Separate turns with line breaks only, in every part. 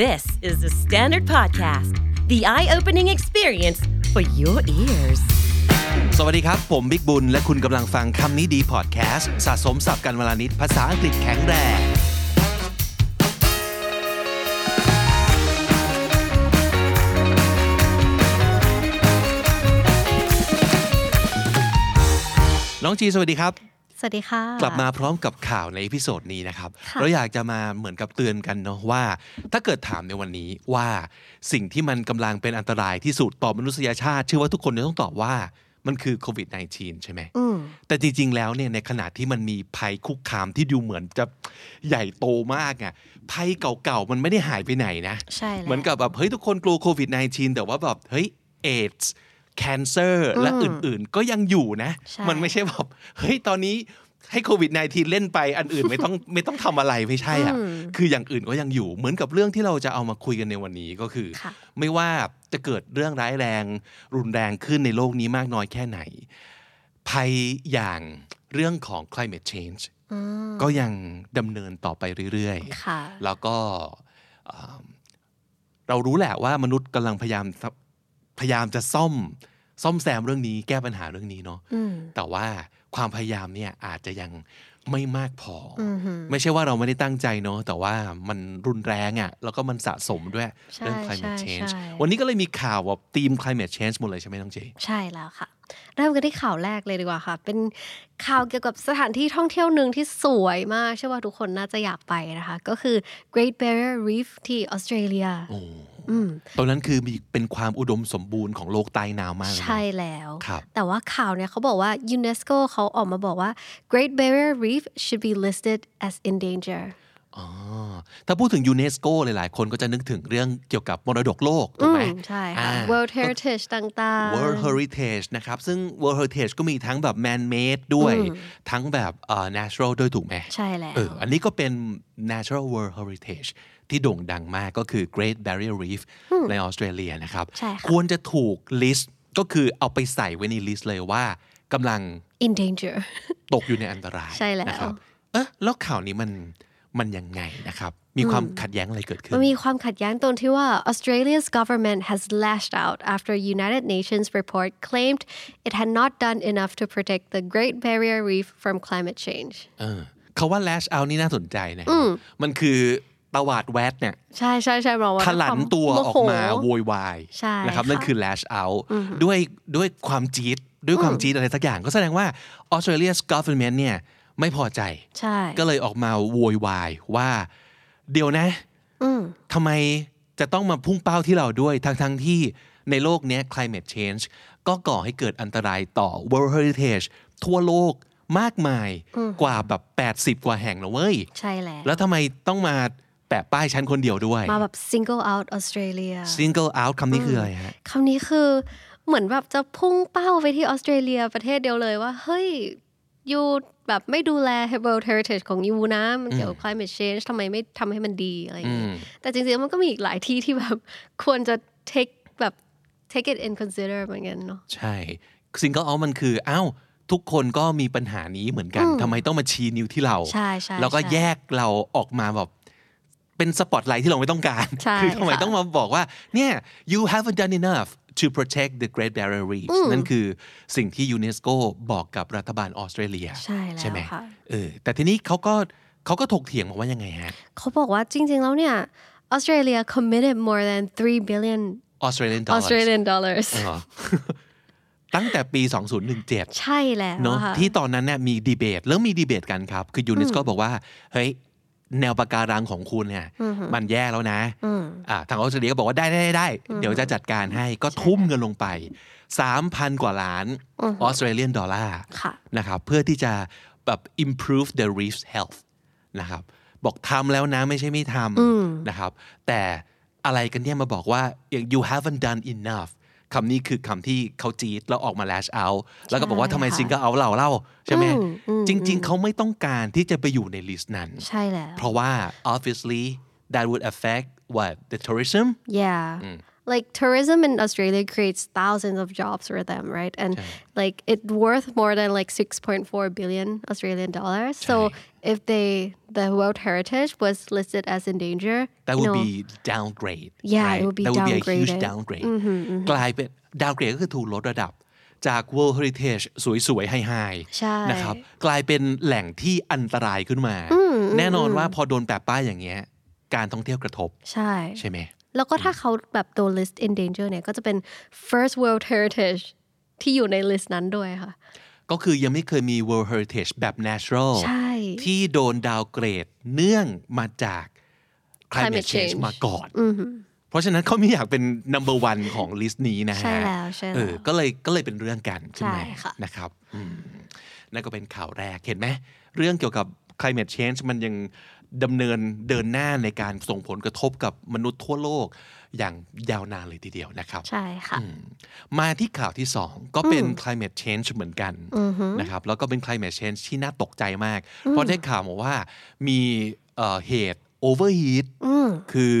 This is the Standard Podcast, the eye opening experience for your ears.
สวัสดีครับ ผมบิ๊กบุญ และคุณกำลังฟังคำนี้ดีพอดแคสต์สะสมสับกันวลานิดภาษาอังกฤษแข็งแรง น้องจีสวัสดีครับ
สวัสดีค่ะ
กลับมาพร้อมกับข่าวในพิโซดนี้นะครับ
ค่ะ
เราอยากจะมาเหมือนกับเตือนกันเนาะว่า ถ้าเกิดถามในวันนี้ว่าสิ่งที่มันกำลังเป็นอันตรายที่สุดต่อมนุษยชาติ เชื่อว่าทุกคนจะต้องตอบว่ามันคือโควิด -19 ใช่ไหม
อืม
แต่จริง ๆ แล้วเนี่ยในขณะที่มันมีภัยคุกคามที่ดูเหมือนจะใหญ่โตมากอะภัยเก่าๆ มันไม่ได้หายไปไหนนะ
ใช่แล้ว
เหมือนกับแบบเฮ้ยทุกคนกลัวโควิด -19 แต่ว่าแบบเฮ้ยเอชแคนเซอร์และอื่นๆ ก็ยังอยู่นะ
ใช่
มันไม่ใช่แบบเฮ้ยตอนนี้ให้โควิด -19 เล่นไปอันอื่นไม่ต้อง ไม่ต้องทำอะไรไม่ใช่อ่ะ คืออย่างอื่นก็ยังอยู่เหมือนกับเรื่องที่เราจะเอามาคุยกันในวันนี้ก็คือ
ค่ะ
ไม่ว่าจะเกิดเรื่องร้ายแรง รุนแรงขึ้นในโลกนี้มากน้อยแค่ไหน ภัยอย่างเรื่องของ climate change
อืม
ก็ยังดำเนินต่อไปเรื่อยๆ
ค่ะ
แล้วก็เอ่อเรารู้แหละว่ามนุษย์กำลังพยายามพยายามจะซ่อม ซ่อมแซมเรื่องนี้แก้ปัญหาเรื่องนี้เนาะ
อืม
แต่ว่าความพยายามเนี่ยอาจจะยังไม่มากพออ
อหือ
ไม่ใช่ว่าเราไม่ได้ตั้งใจเนาะแต่ว่ามันรุนแรงอะ่ะแล้วก็มันสะสมด้วย
ใช่
เรื่อง
ใช่
climate change
ใช่
วันนี้ก็เลยมีข่าวแบบทีม climate change หมดเลยใช่ไหมน้องเจ
ใช่แล้วค่ะ เริ่มกันที่ข่าวแรกเลยดีกว่าค่ะ เป็นข่าวเกี่ยวกับสถานที่ท่องเที่ยวหนึ่งที่สวยมากเชื่อว่าทุกคนน่าจะอยากไปนะคะ ก็คือ Great Barrier Reef ที่ออสเตรเลียอืม
ตอนนั้นคือมีเป็นความอุดมสมบูรณ์ของโลกใต้น้ำมากเลยเนอะ
ใช่แล้ว
ครับ
แต่ว่าข่าวเนี่ยเขาบอกว่า UNESCO เขาออกมาบอกว่า Great Barrier Reef should be listed as in danger
อ๋อถ้าพูดถึงยูเนสโกหลายๆ คนก็จะนึกถึงเรื่องเกี่ยวกับมรดกโลก ถูกไหม
อืมใช่ค่ะ
อ่า
World Heritage ต่างๆ
World Heritage นะครับ ซึ่ง World Heritage ก็มีทั้งแบบ man made ด้วย ทั้งแบบเอ่อ natural ด้วยถูกไหม
ใช่แล้ว
เอออันนี้ก็เป็น natural world heritage ที่โด่งดังมากก็คือ Great Barrier Reef ในออสเตรเลียนะครับ
ใช่ค่ะ
ควรจะถูก list ก็คือเอาไปใส่ไว้ใน list เลยว่ากำลัง
in danger
ตกอยู่ในอันตราย
ใช่แล้ว
นะครับ เอ๊ะแล้วข่าวนี้มันมันยังไงนะครับ มีความขัดแย้งอะไรเกิดขึ้น
มันมีความขัดแย้งตรงที่ว่า Australia's government has lashed out after United Nations report claimed it had not done enough to protect the Great Barrier Reef from climate change
เออคาว่า lash out นี่น่าสนใจนะครับมันคือตวาดแวดเนี่ย
ใช่ใช่ใช่บอกว่า
ถลันตัว
โโห
ออกมาโวยวาย
ใช่
นะครับ
ค่ะ
นั่นคือ lash out ด้วยด้วยความจี๊ดด้วยความจี๊ดอะไรสักอย่าง ก็แสดงว่า Australia's government เนี่ยไม่พอใจ
ใช่
ก็เลยออกมาโวยวายว่า เดี๋ยวนะทำไมจะต้องมาพุ่งเป้าที่เราด้วย ทั้งทั้งๆที่ในโลกเนี้ย climate change ก็ก่อให้เกิดอันตรายต่อ world heritage ทั่วโลกมากมายกว่าแบบ 80 กว่าแห่งนะเว้ย
ใช่แล้ว
แล้วทำไมต้องมาแปะป้ายชั้นคนเดียวด้วย
มาแบบ single out Australia
single out คำนี้คืออะไรฮะ
คำนี้คือเหมือนแบบจะพุ่งเป้าไปที่ออสเตรเลียประเทศเดียวเลยว่า เฮ้ยยูแบบไม่ดูแล World Heritage ของยูนะ มันเกี่ยวกับ climate change ทำไมไม่ทำให้มันดีอะไรอย่าง
อื
งี้
ม
แต่จริงๆ มันก็มีอีกหลายที่ที่แบบ ควรจะ take แบบ take it in consider เหมือนกันเนาะ
ใช่ single out มันคืออ้าวทุกคนก็มีปัญหานี้เหมือนกันทำไมต้องมาชี้นิ้วที่เรา
ใช่ใช่
แล้วก็
ใช่
แยกเราออกมาแบบเป็นสปอตไลท์ที่เราไม่ต้องการ
ใช่
คือทำไม
ค่ะ
ต้องมาบอกว่า เนี่ย you haven't done enough to protect the Great Barrier Reef นั่นคือสิ่งที่ยูเนสโกบอกกับรัฐบาลออสเตรเลีย
ใช่แล้ว
ใช่ไหม
ค่ะ
เออแต่ทีนี้เขาก็เขาก็ถกเถียงมาว่ายังไงฮะ
เขาบอกว่าจริงๆ แล้วเนี่ย Australia committed more than 3 billion
ออสเตรเลียนดอล
Australian dollars
ตั้งแต่ปี 2017
ใช่แล้ว
เนาะ
ค่ะ
ที่ตอนนั้นเนี่ยมีดีเบตเริ่มมีดีเบตกันครับ คือยูเนสโกบอกว่า เฮ้ย แนวปะการังของคุณเนี่ยมันแย่แล้วนะอ่าทางออสเตรเลียก็บอกว่าได้ได้ได้ได้ เดี๋ยวจะจัดการให้ก็ทุ่มเงินลงไป 3,000 กว่าล้านออสเตรเลียนดอลลาร์
ค่ะ
นะครับเพื่อที่จะแบบ improve the reef's health นะครับบอกทำแล้วนะไม่ใช่ไม่ทำนะครับแต่อะไรกันเนี่ยมาบอกว่า you haven't done enough คำนี้คือคำที่เขาจี๊ดแล้วออกมา lash out แล้วก็บอกว่าทำไม
ค่ะ
ซิงเกิลเอาท์เราเล่าใช่ไหมจริง ๆ เขาไม่ต้องการที่จะไปอยู่ในลิสต์นั้น
ใช่แล้ว
เพราะว่า obviously that would affect what the tourism
yeah like tourism in Australia creates thousands of jobs for them, right? And like it's worth more than like 6.4 billion Australian dollars. So if they the World Heritage was listed as in danger,
that
you
would
know,
be downgrade
Yeah, it
right?
would be
that would be a huge
downgraded.
downgrade กลายเป็น downgrade ก็คือถูกลดระดับ จาก World Heritage สวยๆไฮ
ใช่
ๆนะครับกลายเป็นแหล่งที่อันตรายขึ้นมา แน่นอนว่าพอโดนแปะป้ายอย่างเงี้ยการท่องเที่ยวกระทบ
ใช่
ใช่ไหม
แล้วก็ถ้า
Mm.
เขาแบบโดน list in danger เนี่ยก็จะเป็น first world heritage ที่อยู่ใน list นั้นด้วยค่ะ
ก็คือยังไม่เคยมี World Heritage แบบ Natural
ใช่
ที่โดนดาวเกรดเนื่องมาจาก Climate
Climate
Change
change
มาก่อน เพราะฉะนั้นเขาไม่อยากเป็น number one ของลิสต์นี้นะฮะ
ใช่แล้วใช่แล้ว
เออก็เลยก็เลยเป็นเรื่องกันใช่ไหม
ใช่ค่ะ
นะครับอืมนั่นก็เป็นข่าวแรกเห็นไหม เรื่องเกี่ยวกับ climate change มันยังดำเนินเดินหน้าในการส่งผลกระทบกับมนุษย์ทั่วโลกอย่างยาวนานเลยทีเดียวนะครับ
ใช่ค่ะ
Mm. มาที่ข่าวที่ 2 ก็เป็น climate change เหมือนกันนะครับแล้วก็เป็น climate change ที่น่าตกใจมาก เพราะได้ข่าวมาว่ามีเอ่อเหตุ overheat คือ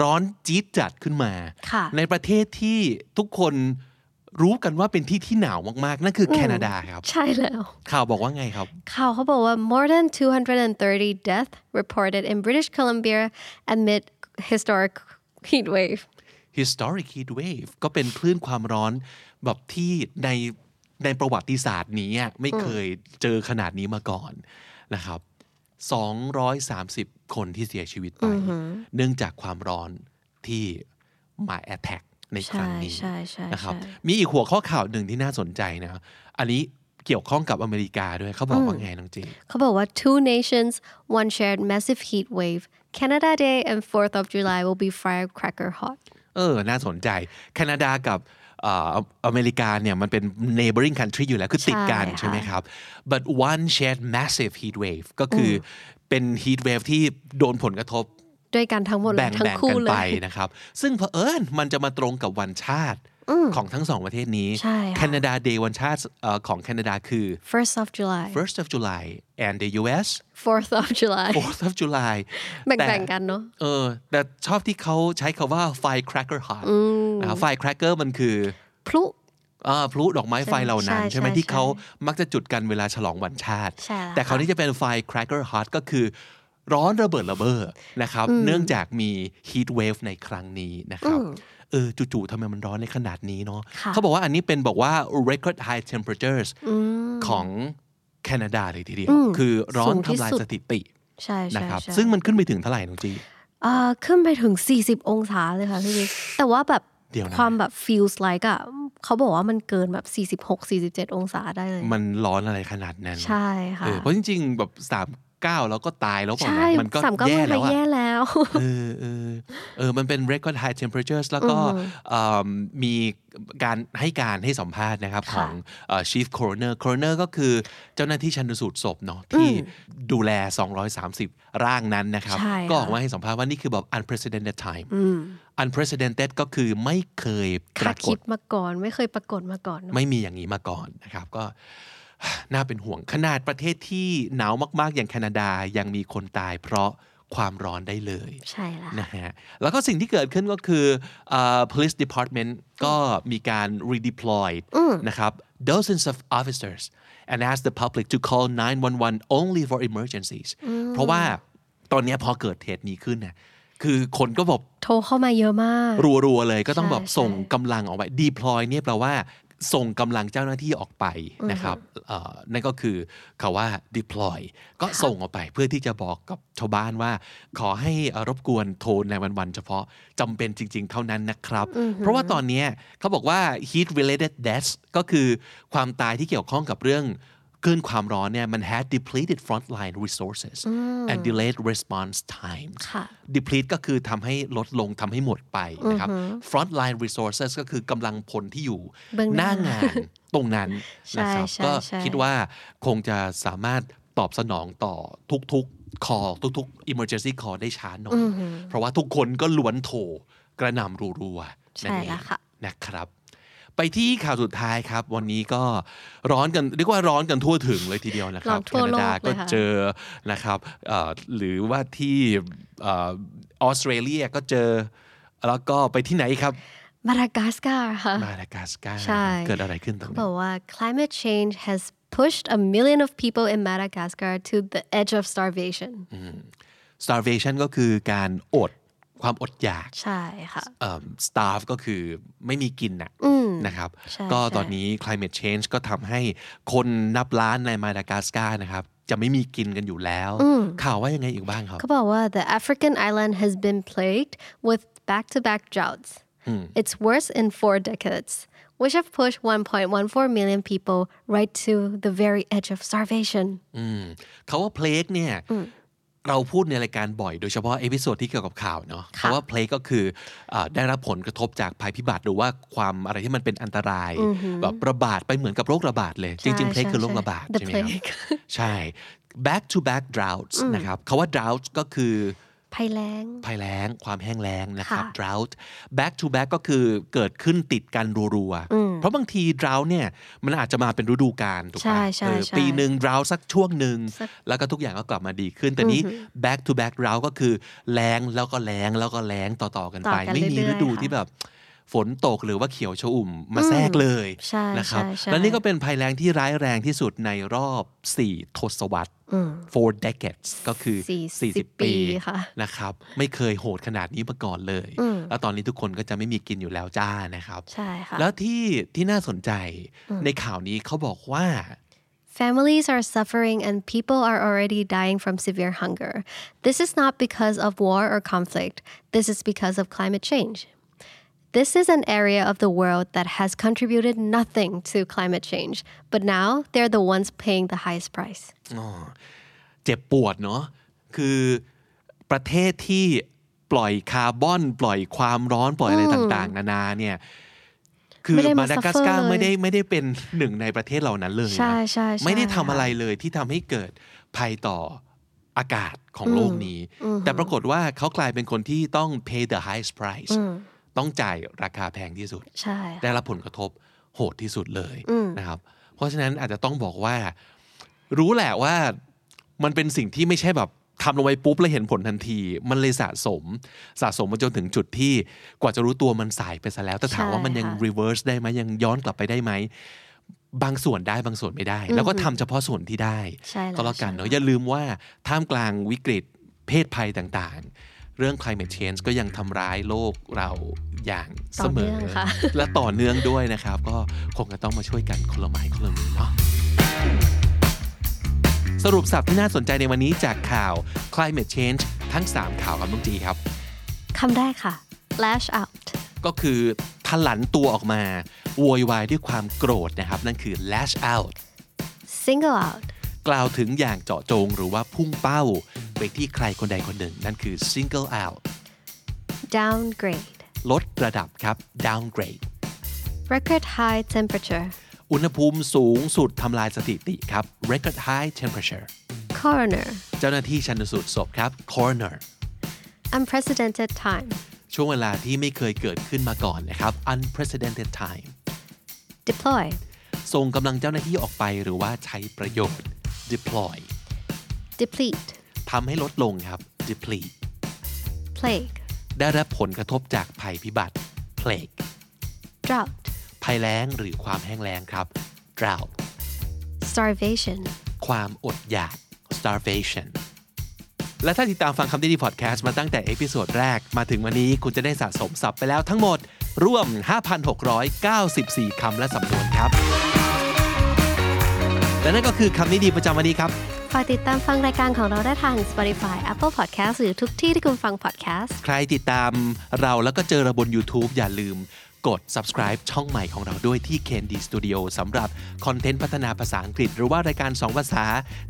ร้อนจี๊ดจัดขึ้นมา
ค่ะ
ในประเทศที่ทุกคนรู้กันว่าเป็นที่ที่หนาวมากๆ นั่นคือแคนาดาครับ
ใช่แล้ว
ข่าวบอกว่าไงครับ
ข่าวเขาบอกว่า more than 230 deaths reported in British Columbia amid historic heat wave
historic heat wave ก็เป็นคลื่นความร้อนแบบที่ในในประวัติศาสตร์นี้อะไม่เคยเจอขนาดนี้มาก่อนนะครับ 230 คนที่เสียชีวิตไป เนื่องจากความร้อนที่มาแอตแทกในครั้งนี้
ใช่ใช่ใช่
นะครับ
ใช่
มีอีกหัวข้อข่าวหนึ่งที่น่าสนใจนะ อันนี้เกี่ยวข้องกับอเมริกาด้วยเขาบอกว่าไงน้องเจ
เขาบอกว่า two nations one shared massive heat wave Canada Day and 4th of July will be firecracker hot
เออ น่าสนใจ แคนาดากับเอ่ออเมริกาเนี่ยมันเป็น neighboring country อยู่แล้วคือติดกัน
ใช่ค่ะ
ใช่ไหมครับ but one shared massive heat wave ก็คืออเป็น heat wave ที่โดนผลกระทบ
ด้วยกันทั้งหมดเล
แบ่ง
ยทั้ง
แบ่ง
คู่
กัน
เล
ไป
ย
นะครับ ซึ่งเผอิญมันจะมาตรงกับวันชาติของทั้งสองประเทศนี้
ใช่ค่ะ
แคนาดา day วันชาติเอ่อของแคนาดาคือ
first of July
first of July and the US
fourth of July
fourth of July
แบ่ง
ต่
แบ่งกันเนาะ
เออแต่ชอบที่เขาใช้คาว่า firecracker hot นะครับ firecracker มันคือ
พลุ
อ่าพลุดอกไม้ไฟเหล่านั้น
ใช่
ใช่ไหม
ใช่
ที่เขามักจะจุดกันเวลาฉลองวันชาติ
ใช่แล้ว
แต่คราวนี้จะเป็น firecracker hot ก็คือ ร้อนระเบิดระเบ้อนะครับ เนื่องจากมี heat wave ในครั้งนี้นะครับเออจู่ๆทำไมมันร้อนในขนาดนี้เนาะเขาบอกว่าอันนี้เป็นบอกว่า record high temperatures ของแคนาดาเลยทีเดียว คือร้อนทำลายสถิติ
ใช่
นะ
ใช่
ครับ
ใช่
ซึ่งมันขึ้นไปถึงเท่าไหร่น้องจี
เอ่อขึ้นไปถึง 40 องศาเลยค่ะพี่บิ๊กแต่ว่าแบบ
เดี๋ยวนะ
ความแบบ feels like อะเขาบอกว่ามันเกินแบบ 46 47 องศาได้เลย
มันร้อนอะไรขนาดนั้น
ใช่ค่ะ
เออเพราะจริงๆแบบสามเก้าแล้วก็ตายแล้วเปล่า
ใช่
นะมันก็
สามเก้า
แย่
มัน
แล้วอะ
แย่แล้ว
เออเออเออมันเป็น record high temperatures แล้วก็เอิ่มมีการให้การให้สัมภาษณ์นะครับ ของเอ่อ chief coroner coroner ก็คือเจ้าหน้าที่ชันสูตรศพเนาะที่ดูแล 230 ร่างนั้นนะครับ
ใช่ค่ะ
ก็ออกมาให้สัมภาษณ์ว่านี่คือแบบ unprecedented time unprecedented ก็คือไม่เคย
คาร
ปากฏ
ดคิดมาก่อนไม่เคยปรากฏมาก่อนเนอะ
ไม่มีอย่างนี้มาก่อนนะครับ ก็ น่าเป็นห่วงขนาดประเทศที่หนาวมากๆ อย่างแคนาดายังมีคนตายเพราะความร้อนได้เลย
ใช่แล้ว
นะฮะแล้วก็สิ่งที่เกิดขึ้นก็คือเอ่อ police department ก็มีการ redeploy นะครับ dozens of officers and ask the public to call 911 only for emergencies เพราะว่าตอนเนี้ยพอเกิดเหตุนี้ขึ้นเนี่ยคือคนก็แบบ
โทรเข้ามาเยอะมาก
รัวๆเลยก็ต้อง
ใช่
แบบส่งกำลังออกไป deploy เนี่ยแปลว่า ส่งกำลังเจ้าหน้าที่ออกไปนะครับเอ่อนั่นก็คือคาว่า deploy ก็ส่งออกไปเพื่อที่จะบอกกับชาวบ้านว่า ขอให้เอ่อรบกวนโทนในวันๆเฉพาะจำเป็นจริงๆเท่านั้นนะครับ เพราะว่าตอนเนี้ยเขาบอกว่า heat related deaths ก็คือความตายที่เกี่ยวข้องกับเรื่องคลื่นความร้อนเนี่ยมัน had depleted frontline resources and delayed response times
ค่ะ
deplete ก็คือทำให้ลดลงทำให้หมดไปนะครับ frontline resources ก็คือกำลังพลที่อยู่
เบื้อง
ห
ห
น้า
น้าง
านตรงนั้น
ใช่
นะครับ
ใช่
ก็
ใช่
คิดว่าคงจะสามารถตอบสนองต่อทุกๆ call ทุกๆ emergency call ได้ช้าหน่อย เพราะว่าทุกคนก็ล้วนโทรกระหน่ำรัวๆนั่น
ใช่
เอง
แล้วค่ะ
นะครับ ไปที่ข่าวสุดท้ายครับ วันนี้ก็ร้อนกันเรียกว่าร้อนกันทั่วถึงเลยทีเดียวนะครับแค
ร้อนทั่ว
นา
โลก
ดาก็
เลยค่ะ
เจอนะครับเอ่อหรือว่าที่เออออสเตรเลียก็เจอ แล้วก็ไปที่ไหนครับ
มาดากัสการ์ค่ะ
มาดากัสการ์
ใช่
เกิดอะไรขึ้นตรง
เขาบ
นี้
อกว่า climate change has pushed a million of people in Madagascar to the edge of starvation
น starvation ก็คือการอดความอดอยาก
ใช่ค่ะ
เอิ่ม starve ก็คือไม่มีกินนะนะครับ
ใช่
ก็
ใช่
ตอนนี้ climate change ก็ทำให้คนนับล้านในมาดากัสการ์นะครับ จะไม่มีกินกันอยู่แล้ว ข่าวว่ายังไงอีกบ้างครับ
เขาบอกว่า the African island has been plagued with back-to-back droughts it's worse in four decades which have pushed 1.14 million people right to the very edge of starvation
เขาว่าเพลกเนี่ยเราพูดในรายการบ่อยโดยเฉพาะเอพิโซดที่เกี่ยวกับข่าวเนาะเพราะว่าเพลกก็คืออาได้รับผลกระทบจากภัยพิบัติหรือว่าความอะไรที่มันเป็นอันตรายแบบระบาดไปเหมือนกับโรคระบาดเลย จริงๆเพลก
ใช่
คือโรค
ใช่
ระบาด
The
ใช่ไหมครับ
plague
ใช่ back to back droughts นะครับคาว่า drought ก็คือ
ภัยแล้ง
ภัยแล้ง ความแห้งแล้งนะครับ
ค่ะ
drought back to back ก็คือเกิดขึ้นติดกันรัวๆเพราะบางที drought เนี่ยมันอาจจะมาเป็นฤดูกาลถูก
ใช่
ปะ
ใช่
เออ
ใช่
ปีหนึ่ง drought สักช่วงหนึ่ง แล้วก็ทุกอย่างก็กลับมาดีขึ้น แต่นี้ back to back drought ก็คือแล้งแล้วก็แล้งแล้วก็แล้งต่อๆกันไป
ต่อกัน
ไม่มี
เรื่อยๆ
ฤดู
ค่ะ
ที่แบบฝนตกหรือว่าเขียวชอุ่มมาแทรกเลย
ใช่
นะครับ
ใช่ใช่
และนี่ก็เป็นภัยแล้งที่ร้ายแรงที่สุดในรอบ 4 ทศวรรษ four decades ก็คือ
สี่สิบ
40
ปี
ปี
ค่ะ
นะครับ ไม่เคยโหดขนาดนี้มาก่อนเลย แล้วตอนนี้ทุกคนก็จะไม่มีกินอยู่แล้วจ้านะครับ
ใช่ค่ะ
แล้วที่ที่น่าสนใจในข่าวนี้เขาบอกว่า
Families are suffering and people are already dying from severe hunger. This is not because of war or conflict. This is because of climate change. This is an area of the world that has contributed nothing to climate change, but now they're the ones paying the highest price.
เจ็บปวดเนาะคือประเทศที่ปล่อยคาร์บอน ปล่อยความร้อนปล่อยอะไรต่างๆ นานาเนี่ย คือ
ไม่ได้
มา
มา
ดากัสการ์
suffer
ไม่ได้ไม่ได้เป็นหนึ่งในประเทศเหล่านั้นเลยนะ
ใช่ใช่ใช่
ไม่ได้ทำ
ค่ะ
อะไรเลยที่ทำให้เกิดภัยต่ออากาศของโลกนี้ แต่ปรากฏว่าเขากลายเป็นคนที่ต้อง pay the highest price ต้องจ่ายราคาแพงที่สุด
ใช่
ได้รับผลกระทบโหดที่สุดเลยนะครับ เพราะฉะนั้นอาจจะต้องบอกว่า รู้แหละว่ามันเป็นสิ่งที่ไม่ใช่แบบทำลงไปปุ๊บแล้วเห็นผลทันที มันเลยสะสม สะสมมาจนถึงจุดที่กว่าจะรู้ตัวมันสายไปซะแล้ว แต่ถามว่ามันยัง
ใช่ค่ะ
reverse ได้ไหมยังย้อนกลับไปได้ไหม บางส่วนได้บางส่วนไม่ได้ แล้วก็ทำเฉพาะส่วนที่ได้
ใช่แล้ว
ก็แล้วกัน
ใช่
เนาะอย่าลืมว่าท่ามกลางวิกฤตเพศภัยต่างๆ เรื่อง climate change ก็ยังทำร้ายโลกเราอย่างเสมอ
ต่อเนื่องค่ะ
และต่อเนื่องด้วยนะครับ ก็คงจะต้องมาช่วยกันคนละไม้คนละมือเนาะสรุปสับที่น่าสนใจในวันนี้จากข่าว climate change ทั้ง 3 ข่าวครับน้องจีครับ
คำแรกค่ะ lash out
ก็คือทลันตัวออกมาโวยวายด้วยความโกรธนะครับ นั่นคือ lash out
single out
กล่าวถึงอย่างเจาะจงหรือว่าพุ่งเป้า ไปที่ใครคนใดคนหนึ่ง นั่นคือ single out
downgrade
ลดระดับครับ downgrade
record high temperature
อุณหภูมิสูงสุดทำลายสถิติครับ record high temperature
coroner
เจ้าหน้าที่ชันสูตรศพครับ coroner
unprecedented time
ช่วงเวลาที่ไม่เคยเกิดขึ้นมาก่อนนะครับ unprecedented time
deploy
ส่งกำลังเจ้าหน้าที่ออกไปหรือว่าใช้ประโยชน์ deploy
deplete
ทำให้ลดลงครับ deplete
plague
ได้รับผลกระทบจากภัยพิบัติ plague
drought
ภัยแล้งหรือความแห้งแล้งครับ drought
starvation
ความอดอยาก starvation และถ้าติดตามฟังคำดีดีพอดแคสต์มาตั้งแต่เอพิโซดแรกมาถึงวันนี้คุณจะได้สะสมศัพท์ไปแล้วทั้งหมด ร่วม 5,694 คำและสำนวนครับ และนั่นก็คือคำนี้ดีประจำวันนี้ครับ
ฝากติดตามฟังรายการของเราได้ทาง Spotify Apple Podcast หรือทุกที่ที่คุณฟัง podcast
ใครติดตามเราแล้วก็เจอเราบน YouTube อย่าลืมกด subscribe ช่องใหม่ของเราด้วยที่ Candy Studio สำหรับคอนเทนต์พัฒนาภาษาอังกฤษ หรือว่ารายการ 2 ภาษา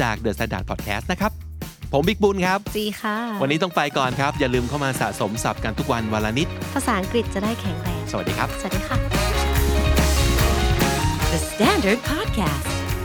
จาก The Standard Podcast นะครับ ผมบิ๊กบุญครับ
จีค่ะ
วันนี้ต้องไปก่อนครับ อย่าลืมเข้ามาสะสมศัพท์กันทุกวันวันละนิด
ภาษาอังกฤษจะได้แข็งแรง
สวัสดีครับ
สวัสดีค่ะ
The Standard Podcast,